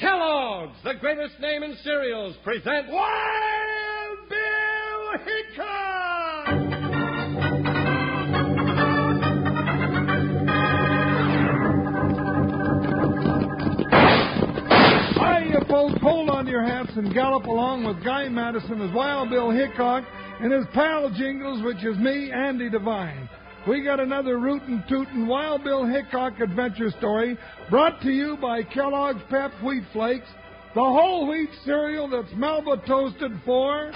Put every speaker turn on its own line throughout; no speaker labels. Kellogg's, the greatest name in cereals, present Wild Bill Hickok!
Hiya, folks. Hold on to your hats and gallop along with Guy Madison as Wild Bill Hickok and his pal Jingles, which is me, Andy Devine. We got another rootin' tootin' Wild Bill Hickok adventure story brought to you by Kellogg's Pep Wheat Flakes, the whole wheat cereal that's Melba toasted for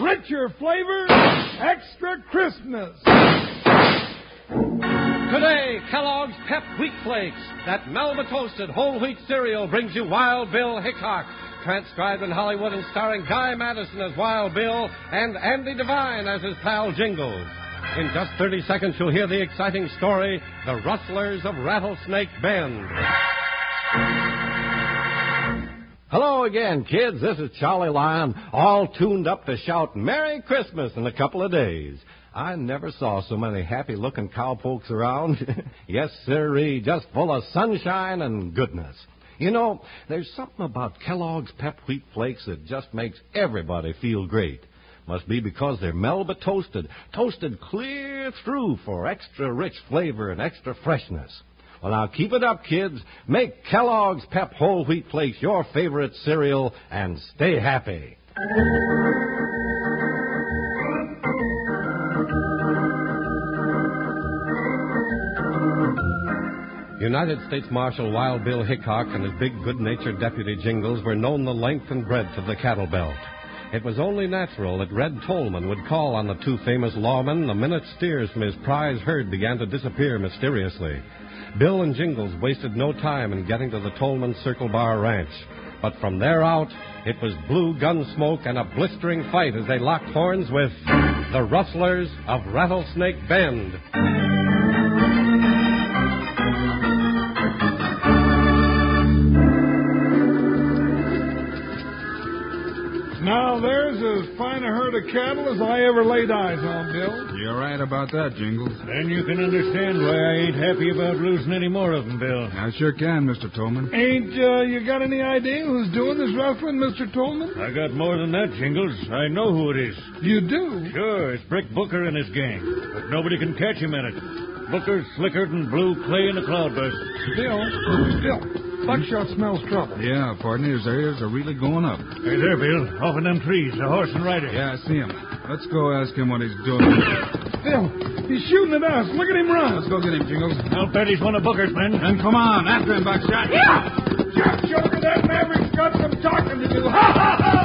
richer flavor, extra crispness.
Today, Kellogg's Pep Wheat Flakes, that Malva toasted whole wheat cereal, brings you Wild Bill Hickok, transcribed in Hollywood and starring Guy Madison as Wild Bill and Andy Devine as his pal Jingles. In just 30 seconds, you'll hear the exciting story The Rustlers of Rattlesnake Bend. Hello again, kids. This is Charlie Lyon, all tuned up to shout Merry Christmas in a couple of days. I never saw so many happy looking cowpokes around. yes, sirree, just full of sunshine and goodness. You know, there's something about Kellogg's Pep Wheat Flakes that just makes everybody feel great. Must be because they're Melba toasted, toasted clear through for extra rich flavor and extra freshness. Well, now keep it up, kids. Make Kellogg's Pep Whole Wheat Flakes your favorite cereal and stay happy. United States Marshal Wild Bill Hickok and his big, good natured deputy Jingles were known the length and breadth of the cattle belt. It was only natural that Red Tolman would call on the two famous lawmen the minute steers from his prize herd began to disappear mysteriously. Bill and Jingles wasted no time in getting to the Tolman Circle Bar Ranch, but from there out, it was blue gun smoke and a blistering fight as they locked horns with the rustlers of Rattlesnake Bend.
Now there's as fine a herd of cattle as I ever laid eyes on, Bill.
You're right about that, Jingles.
Then you can understand why I ain't happy about losing any more of 'em, Bill.
I sure can, Mr. Tolman.
Ain't uh, you got any idea who's doing this rustling, Mr. Tolman?
I got more than that, Jingles. I know who it is.
You do?
Sure, it's Brick Booker and his gang, but nobody can catch him in it. Booker's slickered and blue clay in a cloudburst.
Bill, Bill, buckshot smells trouble.
Yeah, partner, his areas are really going up.
Hey there, Bill. Off in them trees, a horse and rider.
Yeah, I see him. Let's go ask him what he's doing.
Bill, he's shooting at us. Look at him run.
Let's go get him, Jingles.
I'll bet he's one of Booker's men.
And come on, after him, Buckshot. Yeah!
Just look at that maverick's got some talking to do. Ha ha ha!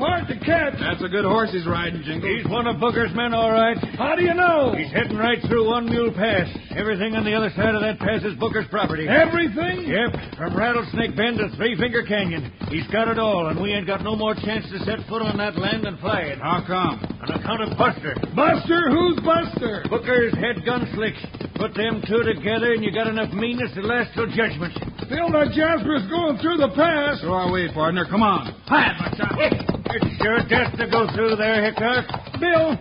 Hard to catch.
That's a good horse he's riding, Jingles.
He's one of Booker's men, all right.
How do you know?
He's heading right through One Mule Pass. Everything on the other side of that pass is Booker's property.
Everything?
Yep, from Rattlesnake Bend to Three Finger Canyon. He's got it all, and we ain't got no more chance to set foot on that land and fly it.
How come?
On account of Buster.
Buster, who's Buster?
Booker's head gun slicks. Put them two together, and you got enough meanness to last till judgment.
Bill, now Jasper's going through the pass.
Throw our way, partner. Come on. Hi, Buckshot.
It's sure death to go through there, Hickok.
Bill,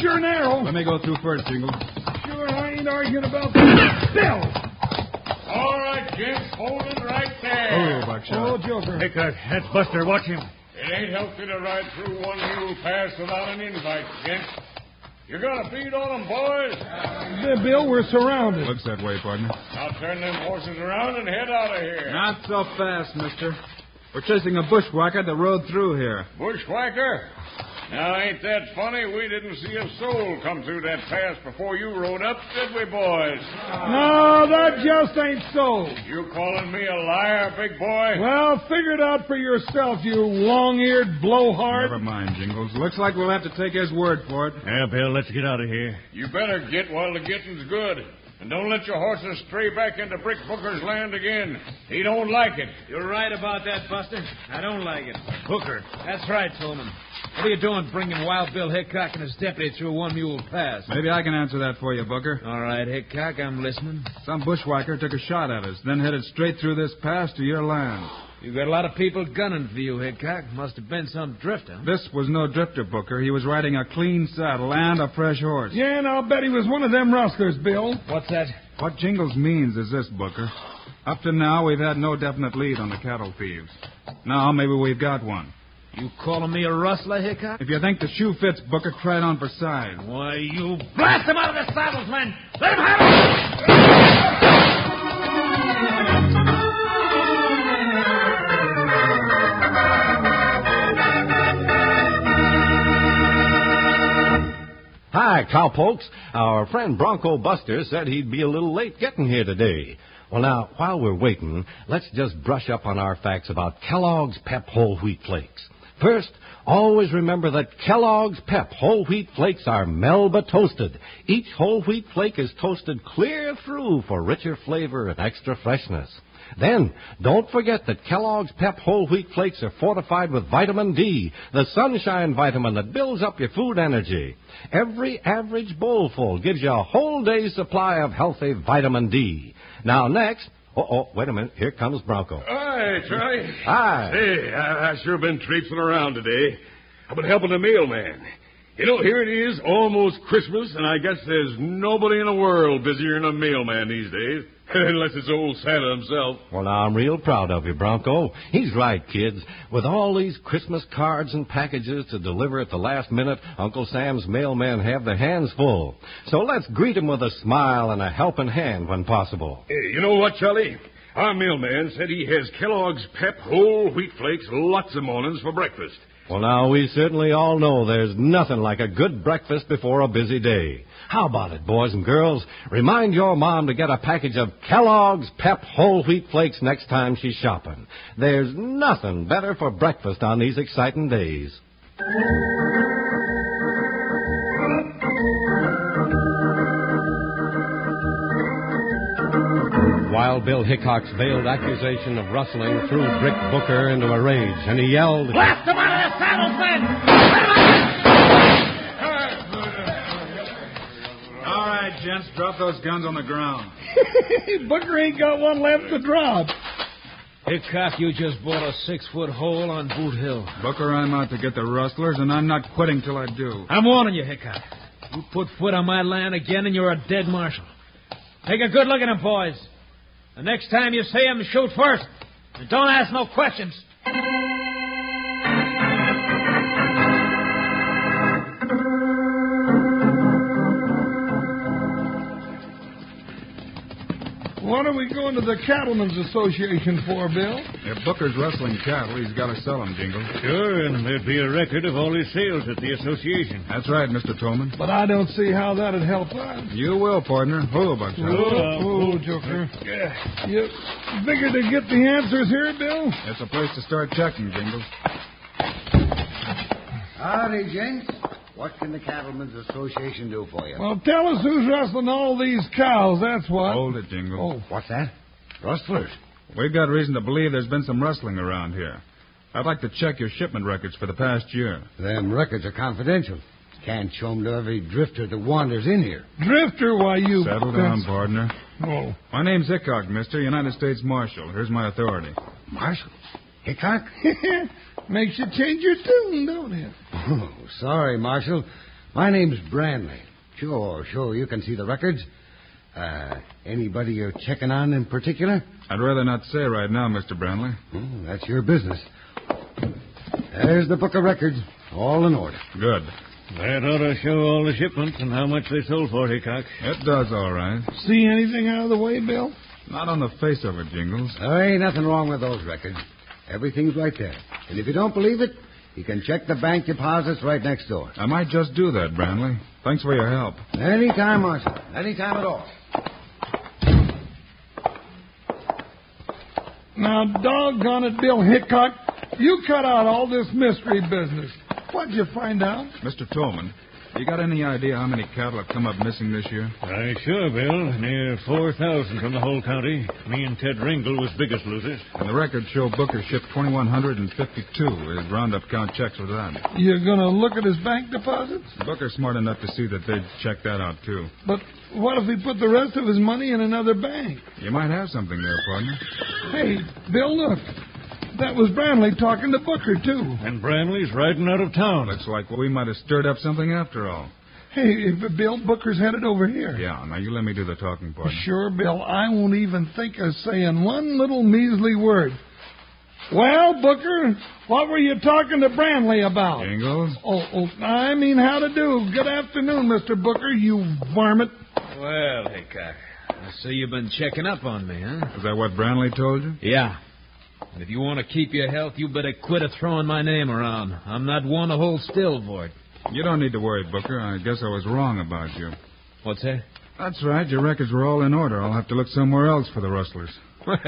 sure an arrow.
Let me go through first, Jingles.
Sure, I ain't arguing about that. Bill!
All right, gents, hold it right
Oh,
there.
Oh,
Buckshot.
Joker.
Hickok, that's Buster. Watch him.
It ain't healthy to ride through one mule pass without an invite, gents. You're gonna feed on 'em, boys.
Bi- Bill, we're surrounded.
Looks that way, partner.
Now turn them horses around and head out of here.
Not so fast, mister. We're chasing a bushwhacker that rode through here.
Bushwhacker. Now ain't that funny? We didn't see a soul come through that pass before you rode up, did we, boys?
No, that just ain't so.
You calling me a liar, big boy?
Well, figure it out for yourself, you long-eared blowhard.
Never mind, Jingles. Looks like we'll have to take his word for it.
Yeah, Bill, let's get out of here.
You better get while the getting's good. And don't let your horses stray back into Brick Booker's land again. He don't like it.
You're right about that, Buster. I don't like it.
Booker.
That's right, Tolman. What are you doing bringing Wild Bill Hickok and his deputy through one mule pass?
Maybe I can answer that for you, Booker.
All right, Hickok, I'm listening.
Some bushwhacker took a shot at us, then headed straight through this pass to your land.
You got a lot of people gunning for you, Hickok. Must have been some drifter.
This was no drifter, Booker. He was riding a clean saddle and a fresh horse.
Yeah, and I'll bet he was one of them rustlers, Bill.
What's that?
What Jingles means is this, Booker. Up to now, we've had no definite lead on the cattle thieves. Now, maybe we've got one.
You calling me a rustler, Hickok?
If you think the shoe fits, Booker, try it on for size.
Why, you blast him out of the saddles, man! Let him have it!
Hi, cowpokes. Our friend Bronco Buster said he'd be a little late getting here today. Well, now, while we're waiting, let's just brush up on our facts about Kellogg's Pep Whole Wheat Flakes. First, always remember that Kellogg's Pep Whole Wheat Flakes are Melba toasted. Each whole wheat flake is toasted clear through for richer flavor and extra freshness. Then, don't forget that Kellogg's Pep Whole Wheat Flakes are fortified with vitamin D, the sunshine vitamin that builds up your food energy. Every average bowlful gives you a whole day's supply of healthy vitamin D. Now, next, oh, oh, wait a minute, here comes Bronco.
Hi, Charlie.
Hi.
Hey, I, I sure been traipsing around today. I've been helping the mailman. You know, here it is, almost Christmas, and I guess there's nobody in the world busier than a mailman these days. Unless it's old Santa himself.
Well, now I'm real proud of you, Bronco. He's right, kids. With all these Christmas cards and packages to deliver at the last minute, Uncle Sam's mailmen have their hands full. So let's greet him with a smile and a helping hand when possible.
Hey, you know what, Charlie? Our mailman said he has Kellogg's Pep Whole Wheat Flakes lots of mornings for breakfast.
Well, now we certainly all know there's nothing like a good breakfast before a busy day. How about it, boys and girls? Remind your mom to get a package of Kellogg's Pep Whole Wheat Flakes next time she's shopping. There's nothing better for breakfast on these exciting days. Wild Bill Hickok's veiled accusation of rustling threw Brick Booker into a rage, and he yelled,
Blast him out of the saddles, man!
All right, gents, drop those guns on the ground.
Booker ain't got one left to drop.
Hickok, you just bought a six-foot hole on Boot Hill.
Booker, I'm out to get the rustlers, and I'm not quitting till I do.
I'm warning you, Hickok. You put foot on my land again, and you're a dead marshal. Take a good look at him, boys. The next time you see him, shoot first. And don't ask no questions.
What are we going to the Cattlemen's Association for, Bill?
If Booker's rustling cattle, he's got to sell 'em, Jingles.
Sure, and there'd be a record of all his sales at the association.
That's right, Mr. Tolman.
But I don't see how that'd help us.
You will, partner. uh, Hold a bunch of 'em.
Oh, Joker. You figure to get the answers here, Bill?
It's a place to start checking, Jingles.
Howdy, gents. Ah, What can the Cattlemen's Association do for you?
Well, tell us who's rustling all these cows, that's what.
Hold it, Jingles.
Oh.
What's that? Rustlers.
We've got reason to believe there's been some rustling around here. I'd like to check your shipment records for the past year.
Them records are confidential. Can't show 'em to every drifter that wanders in here.
Drifter, why you...
Settle down,
that's-
partner.
Oh,
My name's Hickok, mister, United States Marshal. Here's my authority.
Marshal? Hickok?
makes you change your tune, don't it?
Oh, sorry, Marshal. My name's Branley. Sure, sure, you can see the records. Uh, anybody you're checking on in particular?
I'd rather not say right now, Mr. Branley.
Hmm, that's your business. There's the book of records, all in order.
Good.
That ought to show all the shipments and how much they sold for, Hickok.
It does all right.
See anything out of the way, Bill?
Not on the face of it, Jingles.
There ain't nothing wrong with those records. Everything's right there. And if you don't believe it, you can check the bank deposits right next door.
I might just do that, Branley. Thanks for your help.
Anytime, Marshal. Anytime at all.
Now, doggone it, Bill Hickok. You cut out all this mystery business. What'd you find out?
Mr. Tolman, you got any idea how many cattle have come up missing this year?
Aye, sure, Bill. Near 4,000 from the whole county. Me and Ted Ringle was biggest losers.
And the records show Booker shipped 2,152. His roundup count checks with that.
You're going to look at his bank deposits?
Booker's smart enough to see that they'd check that out, too.
But what if he put the rest of his money in another bank?
You might have something there, partner.
Hey, Bill, look. That was Branley talking to Booker, too.
And Branley's riding out of town.
Looks like we might have stirred up something after all.
Hey, Bill, Booker's headed over here.
Yeah, now you let me do the talking part.
Sure, Bill, I won't even think of saying one little measly word. Well, Booker, what were you talking to Branley about?
Jingles?
Oh, oh, I mean, how to do. Good afternoon, Mr. Booker, you varmint.
Well, Hickok, I see you've been checking up on me, huh?
Is that what Branley told you?
Yeah. And if you want to keep your health, you better quit of throwing my name around. I'm not one to hold still for it.
You don't need to worry, Booker. I guess I was wrong about you.
What's that?
That's right. Your records were all in order. I'll have to look somewhere else for the rustlers.
Well,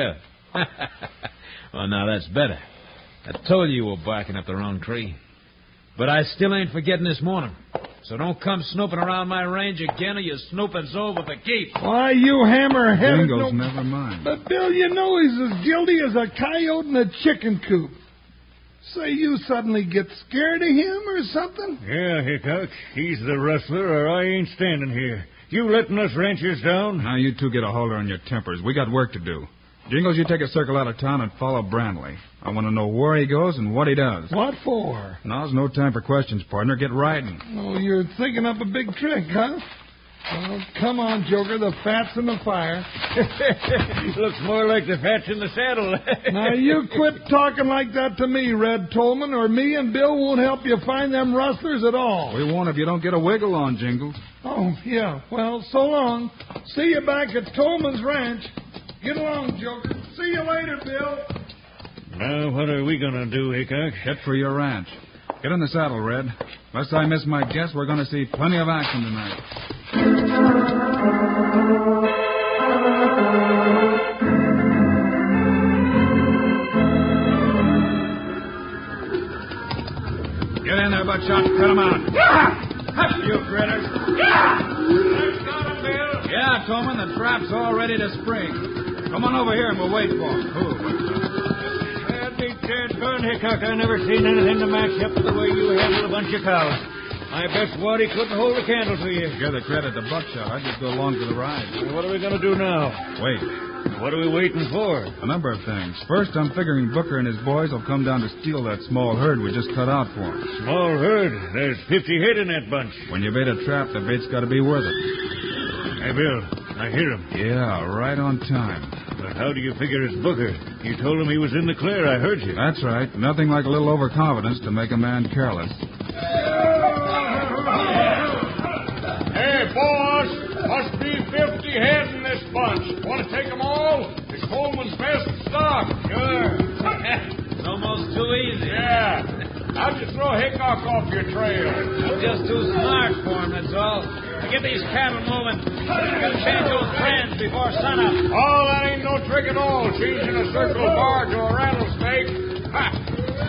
well, now that's better. I told you you were barking up the wrong tree. But I still ain't forgetting this morning. So don't come snooping around my range again, or your snooping's over for keeps.
Why, you hammerheaded.
Jingles,
no-
never mind.
But, Bill, you know he's as guilty as a coyote in a chicken coop. Say, you suddenly get scared of him or something?
Yeah, Hickok. He's the rustler, or I ain't standing here. You letting us ranchers down?
Now you two get a holder on your tempers. We got work to do. Jingles, you take a circle out of town and follow Branley. I want to know where he goes and what he does.
What for?
Now's no time for questions, partner. Get riding.
Oh, you're thinking up a big trick, huh? Well, come on, Joker. The fat's in the fire.
Looks more like the fats in the saddle.
Now, you quit talking like that to me, Red Tolman, or me and Bill won't help you find them rustlers at all.
We won't if you don't get a wiggle on, Jingles.
Oh, yeah. Well, so long. See you back at Tolman's Ranch. Get along, Joker. See you later, Bill.
now, what are we going to do, Hickok?
Get for your ranch. Get in the saddle, Red. Lest I miss my guess, we're going to see plenty of action tonight. Get in there, Buckshot. Cut 'em out. You critters. Yeah, Coleman, the trap's all ready to spring. Come on over here and we'll wait for 'em. Cool, Buckshot.
That big chance gun, Hickok. I never seen anything to match up to the way you handle a bunch of cows. I bet Waddy couldn't hold a candle to you.
Give the credit to Buckshot. I just go along for the ride.
What are we going to do now?
Wait.
What are we waiting for?
A number of things. First, I'm figuring Booker and his boys will come down to steal that small herd we just cut out for 'em.
Small herd. There's 50 head in that bunch.
When you bait a trap, the bait's got to be worth it.
Hey, Bill, I hear him.
Yeah, right on time.
But how do you figure it's Booker? You told him he was in the clear. I heard you.
That's right. Nothing like a little overconfidence to make a man careless.
Hey, boss, must be 50 head in this bunch. Want to take 'em all? It's Coleman's best stock. Sure.
It's almost too easy.
yeah. How'd you throw Hickok off your trail?
I'm just too smart for him, that's all. Get these cattle moving. We'll change those brands before sunup.
Oh, that ain't no trick at all, changing a circle bar to a rattlesnake. Ha!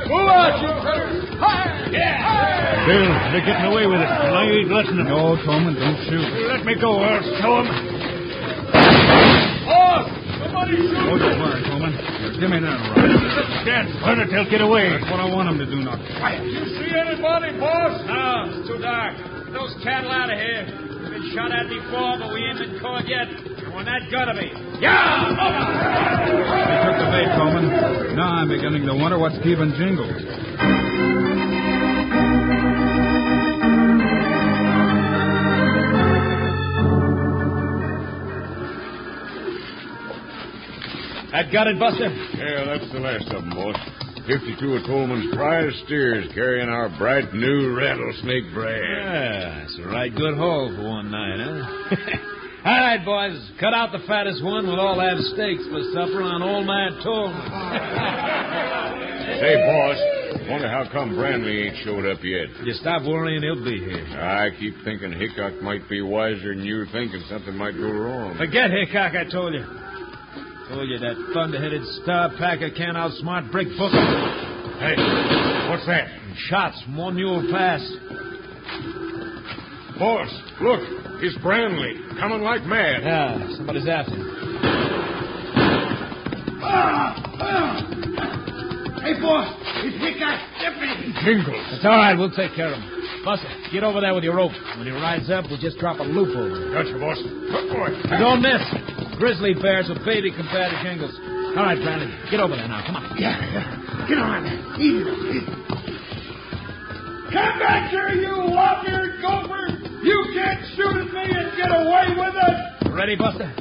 Move out, you critters! Hi! Yeah!
Bill, they're getting away with it. and I ain't listening.
No, Coleman, don't shoot.
Let me go, or I'll show him.
Boss, Oh, somebody shoot!
Hold your fire, Coleman. Here, Give me that rod.
Chance, Bernard, they'll get away.
That's what I want 'em to do now. Quiet.
You see anybody, boss?
No, it's too dark. Get those cattle out of here. We've been shot at before, but we ain't been caught yet. And we're not gonna be.
You took the bait, Coleman. Now I'm beginning to wonder what's keeping Jingles.
That got it, Buster.
Yeah, that's the last of 'em, boss. 52 of Coleman's prize steers carrying our bright new rattlesnake brand.
Yeah, it's a right good haul for one night, huh? all right, boys, cut out the fattest one. We'll all have steaks for supper on old man Tolman.
Say, boss, wonder how come Branley ain't showed up yet.
you stop worrying, he'll be here.
I keep thinking Hickok might be wiser than you thinking something might go wrong.
Forget Hickok, I told you. Told you that thunder-headed star packer can't outsmart Brick Booker.
Hey, what's that?
And shots from one mule pass.
Boss, look, it's Branley, coming like mad.
Yeah, somebody's after him.
Hey, boss, it's Hickok. Get me.
Jingles.
It's all right, we'll take care of him. Buster, get over there with your rope. When he rides up, we'll just drop a loop over him.
Gotcha, boss. Good boy.
Don't miss. Grizzly bear's a baby compared to Jingles. All right, Brandon, get over there now. Come on.
Yeah, yeah. Get on. Easy. now, easy.
Come back here, you lop-eared gopher! You can't shoot at me and get away with it!
Ready, Buster?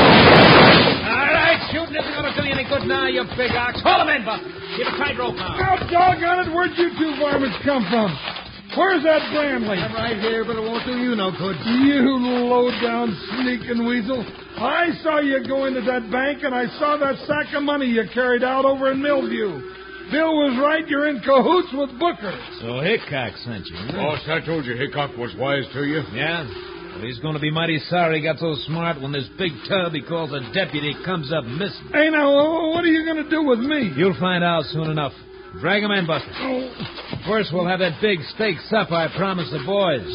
All right, shooting isn't going to do you any good now, you big ox. Hold him in, Buster. Give a tight rope now.
Now, doggone it, where'd you two varmints come from? Where's that Branley?
I'm right here, but it won't do you no good.
You low-down sneaking weasel. I saw you go into that bank, and I saw that sack of money you carried out over in Millview. Bill was right. You're in cahoots with Booker.
So Hickok sent you, huh?
Boss, I told you Hickok was wise to you.
Oh, Yeah? Well, he's going to be mighty sorry he got so smart when this big tub he calls a deputy comes up missing.
Hey, now, wh- what are you going to do with me?
You'll find out soon enough. Drag him in, Buster. First, we'll have that big steak supper I promised the boys.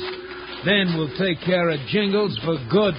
Then we'll take care of Jingles for good.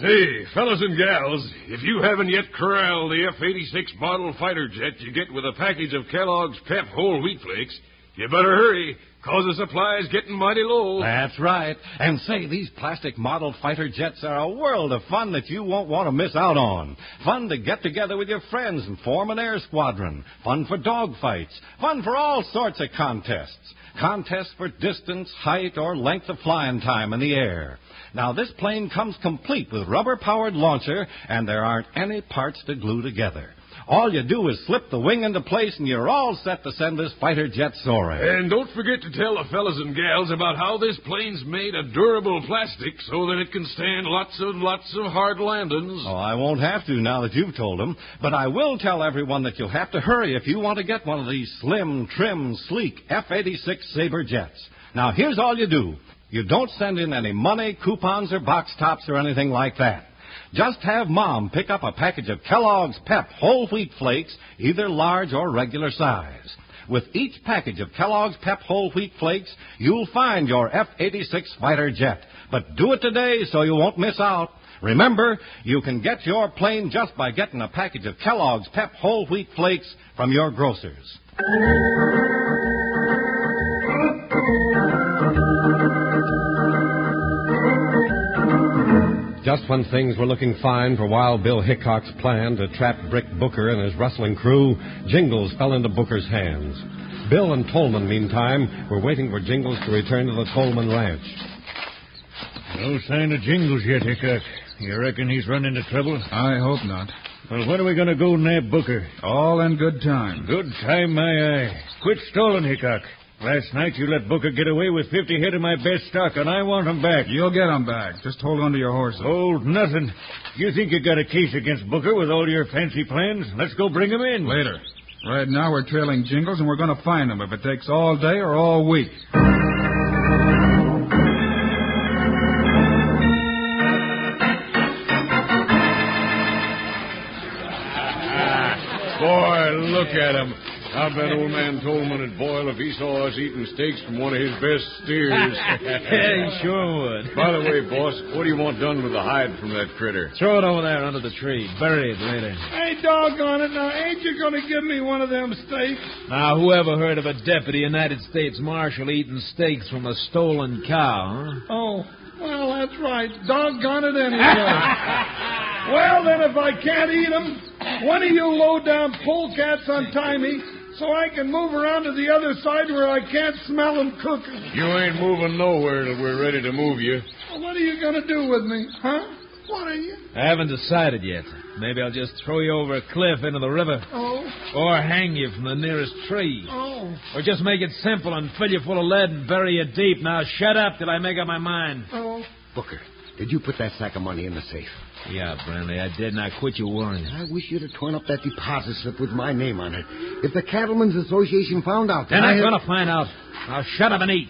Say, fellas and gals, if you haven't yet corralled the F 86 model fighter jet you get with a package of Kellogg's Pep Whole Wheat Flakes, you better hurry, cause the supply's getting mighty low.
That's right. And say, these plastic model fighter jets are a world of fun that you won't want to miss out on. Fun to get together with your friends and form an air squadron. Fun for dogfights. Fun for all sorts of contests. Contests for distance, height, or length of flying time in the air. Now, this plane comes complete with rubber powered launcher, and there aren't any parts to glue together. All you do is slip the wing into place, and you're all set to send this fighter jet soaring.
And don't forget to tell the fellas and gals about how this plane's made of durable plastic so that it can stand lots and lots of hard landings.
Oh, I won't have to now that you've told them, but I will tell everyone that you'll have to hurry if you want to get one of these slim, trim, sleek F 86 Sabre jets. Now, here's all you do you don't send in any money, coupons, or box tops, or anything like that. Just have Mom pick up a package of Kellogg's Pep whole wheat flakes, either large or regular size. With each package of Kellogg's Pep whole wheat flakes, you'll find your F 86 fighter jet. But do it today so you won't miss out. Remember, you can get your plane just by getting a package of Kellogg's Pep Whole Wheat Flakes from your grocers. Just when things were looking fine for Wild Bill Hickok's plan to trap Brick Booker and his rustling crew, Jingles fell into Booker's hands. Bill and Tolman, meantime, were waiting for Jingles to return to the Tolman ranch.
No sign of Jingles yet, Hickok. You reckon he's run into trouble?
I hope not.
Well, when are we going to go nab Booker?
All in good time.
Good time, my eye. Quit stalling, Hickok. Last night you let Booker get away with 50 head of my best stock, and I want him back.
You'll get 'em back. Just hold on to your horses.
Hold nothing. You think you got a case against Booker with all your fancy plans? Let's go bring him in.
Later. Right now, we're trailing Jingles, and we're going to find him if it takes all day or all week.
Boy, look at him. I bet old man Tolman would boil if he saw us eating steaks from one of his best steers.
yeah, he sure would.
By the way, boss, what do you want done with the hide from that critter?
Throw it over there under the tree. Bury it later.
Hey, doggone it. Now, ain't you going to give me one of them steaks?
Now, whoever heard of a deputy United States Marshal eating steaks from a stolen cow, huh?
Oh, well, that's right. Doggone it anyway. well, then, if I can't eat 'em, one of you low-down polecats untie me so I can move around to the other side where I can't smell 'em cooking.
You ain't moving nowhere till we're ready to move you.
Well, What are you going to do with me, huh? What are you?
I haven't decided yet. Maybe I'll just throw you over a cliff into the river,
Oh,
or hang you from the nearest tree,
oh,
or just make it simple and fill you full of lead and bury you deep. Now, shut up till I make up my mind.
oh.
Booker, did you put that sack of money in the safe?
Yeah, Brantley, I did, and I quit you worrying.
I wish you'd have torn up that deposit slip with my name on it. If the Cattlemen's Association found out that
They're
I
not
had-
going to find out. Now, shut up and eat.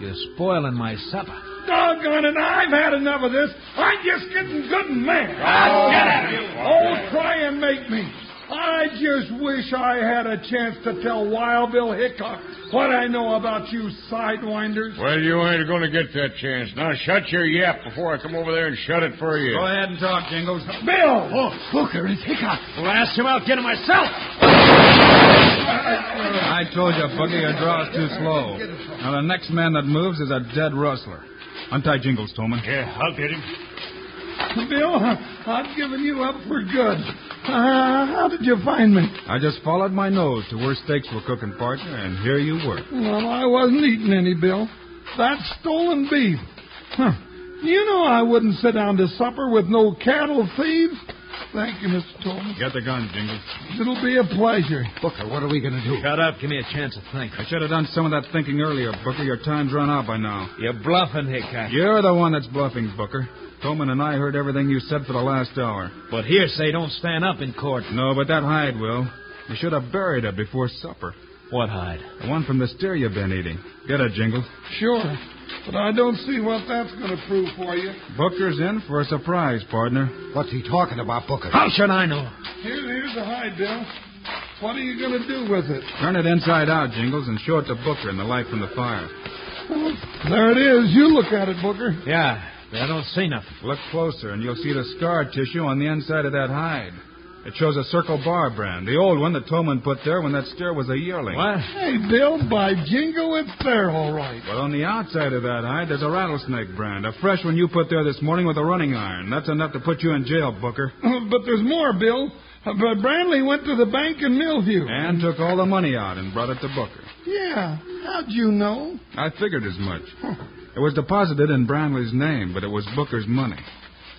You're spoiling my supper.
Doggone it, I've had enough of this. I'm just getting good and mad. Oh, try and make me. I just wish I had a chance to tell Wild Bill Hickok what I know about you sidewinders.
Well, you ain't gonna get that chance. Now shut your yap before I come over there and shut it for you.
Go ahead and talk, Jingles.
Bill!
Oh, Booker, it's Hickok.
Blast him out, get him myself.
I told you, Bucky, your draw's too slow. Now, the next man that moves is a dead rustler. Untie Jingles, Tolman.
Yeah, I'll get him.
Bill, I've given you up for good. Uh, how did you find me?
I just followed my nose to where steaks were cooking, partner, and here you were.
Well, I wasn't eating any, Bill. That's stolen beef. Huh. You know I wouldn't sit down to supper with no cattle thief. Thank you, Mr. Tolman.
Get the gun, Jingles.
It'll be a pleasure.
Booker, what are we going to do?
Shut up. Give me a chance to think.
I should have done some of that thinking earlier, Booker. Your time's run out by now.
You're bluffing, Hickok.
You're the one that's bluffing, Booker. Tolman and I heard everything you said for the last hour.
But hearsay don't stand up in court.
No, but that hide will. You should have buried it before supper.
What hide?
The one from the steer you've been eating. Get it, Jingles.
Sure. But I don't see what that's going to prove for you.
Booker's in for a surprise, partner.
What's he talking about, Booker?
How should I know?
Here, here's the hide, Bill. What are you going to do with it?
Turn it inside out, Jingles, and show it to Booker in the light from the fire.
There it is. You look at it, Booker.
Yeah, but I don't see nothing.
Look closer, and you'll see the scar tissue on the inside of that hide. It shows a circle bar brand, the old one that Tolman put there when that steer was a yearling.
What?
Hey, Bill, by jingo, it's there all right.
But on the outside of that hide, there's a rattlesnake brand, a fresh one you put there this morning with a running iron. That's enough to put you in jail, Booker.
but there's more, Bill. Uh, But Branley went to the bank in Millview.
And took all the money out and brought it to Booker.
Yeah. How'd you know?
I figured as much. It was deposited in Branley's name, but it was Booker's money.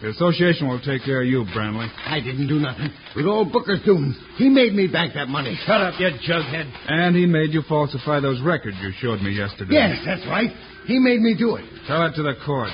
The association will take care of you, Branley.
I didn't do nothing. With old Booker's doing, he made me bank that money.
Shut up, you jughead.
And he made you falsify those records you showed me yesterday.
Yes, that's right. He made me do it.
Tell it to the court.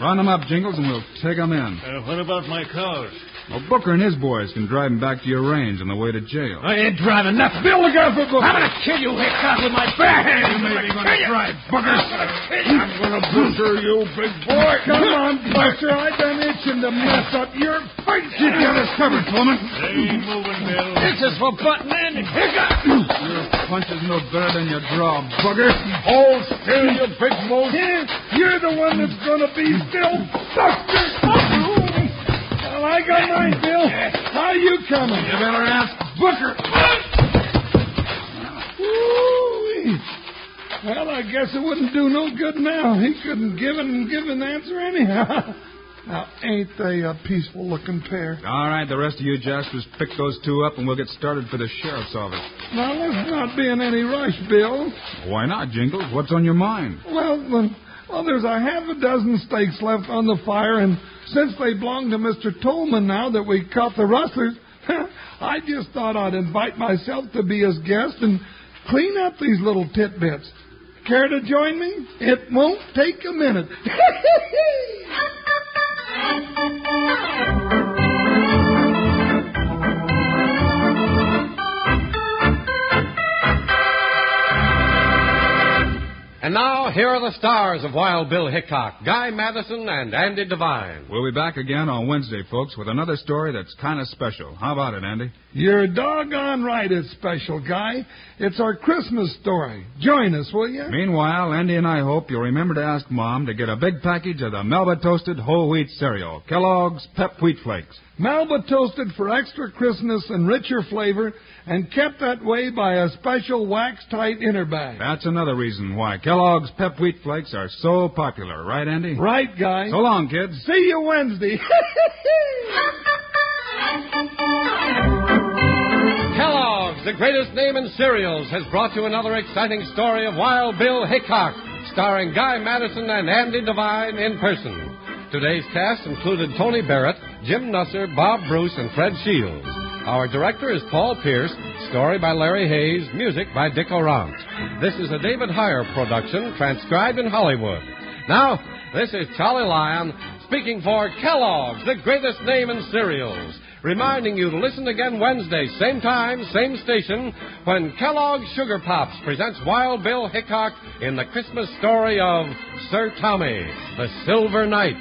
Round them up, Jingles, and we'll take them in.
Uh, what about my cows?
Well, Booker and his boys can drive him back to your range on the way to jail.
I ain't driving nothing.
Bill, look out for Booker.
I'm gonna kill you, Hickok, with my bare hands.
You may be
I'm
gonna
kill you.
I'm gonna butcher you, big boy.
Come on, Buster. I done itching to mess up your face. You got us covered, Tolman.
Ain't moving, Bill.
This is for button in. Hickok.
Your punch is no better than your draw, Booger.
Hold still, you big moose.
You're the one that's going to be Bill Buster. Well, I got mine, Bill. How you coming? You better ask Booker. Ooh-wee. Well, I guess it wouldn't do no good now. He couldn't give and give an answer anyhow. Now, ain't they a peaceful looking pair?
All right, the rest of you jaspers pick those two up and we'll get started for the sheriff's office.
Now, let's not be in any rush, Bill.
Why not, Jingles? What's on your mind?
Well, well, well, there's a half a dozen steaks left on the fire, and since they belong to Mr. Tolman now that we caught the rustlers, I just thought I'd invite myself to be his guest and clean up these little tidbits. Care to join me? It won't take a minute.
And now, here are the stars of Wild Bill Hickok Guy Madison and Andy Devine.
We'll be back again on Wednesday, folks, with another story that's kind of special. How about it, Andy?
You're doggone right, it's special, guy. It's our Christmas story. Join us, will you?
Meanwhile, Andy and I hope you'll remember to ask Mom to get a big package of the Melba Toasted Whole Wheat Cereal, Kellogg's Pep Wheat Flakes.
Malba toasted for extra crispness and richer flavor, and kept that way by a special wax-tight inner bag.
That's another reason why Kellogg's Pep Wheat Flakes are so popular, right, Andy?
Right, guys?
So long, kids.
See you Wednesday.
Kellogg's, the greatest name in cereals, has brought you another exciting story of Wild Bill Hickok, starring Guy Madison and Andy Devine in person. Today's cast included Tony Barrett, Jim Nusser, Bob Bruce, and Fred Shields. Our director is Paul Pierce, story by Larry Hayes, music by Dick Orant. This is a David Heyer production, transcribed in Hollywood. Now, this is Charlie Lyon speaking for Kellogg's, the greatest name in cereals reminding you to listen again Wednesday, same time, same station, when Kellogg's Sugar Pops presents Wild Bill Hickok in the Christmas story of Sir Tommy, the Silver Knight.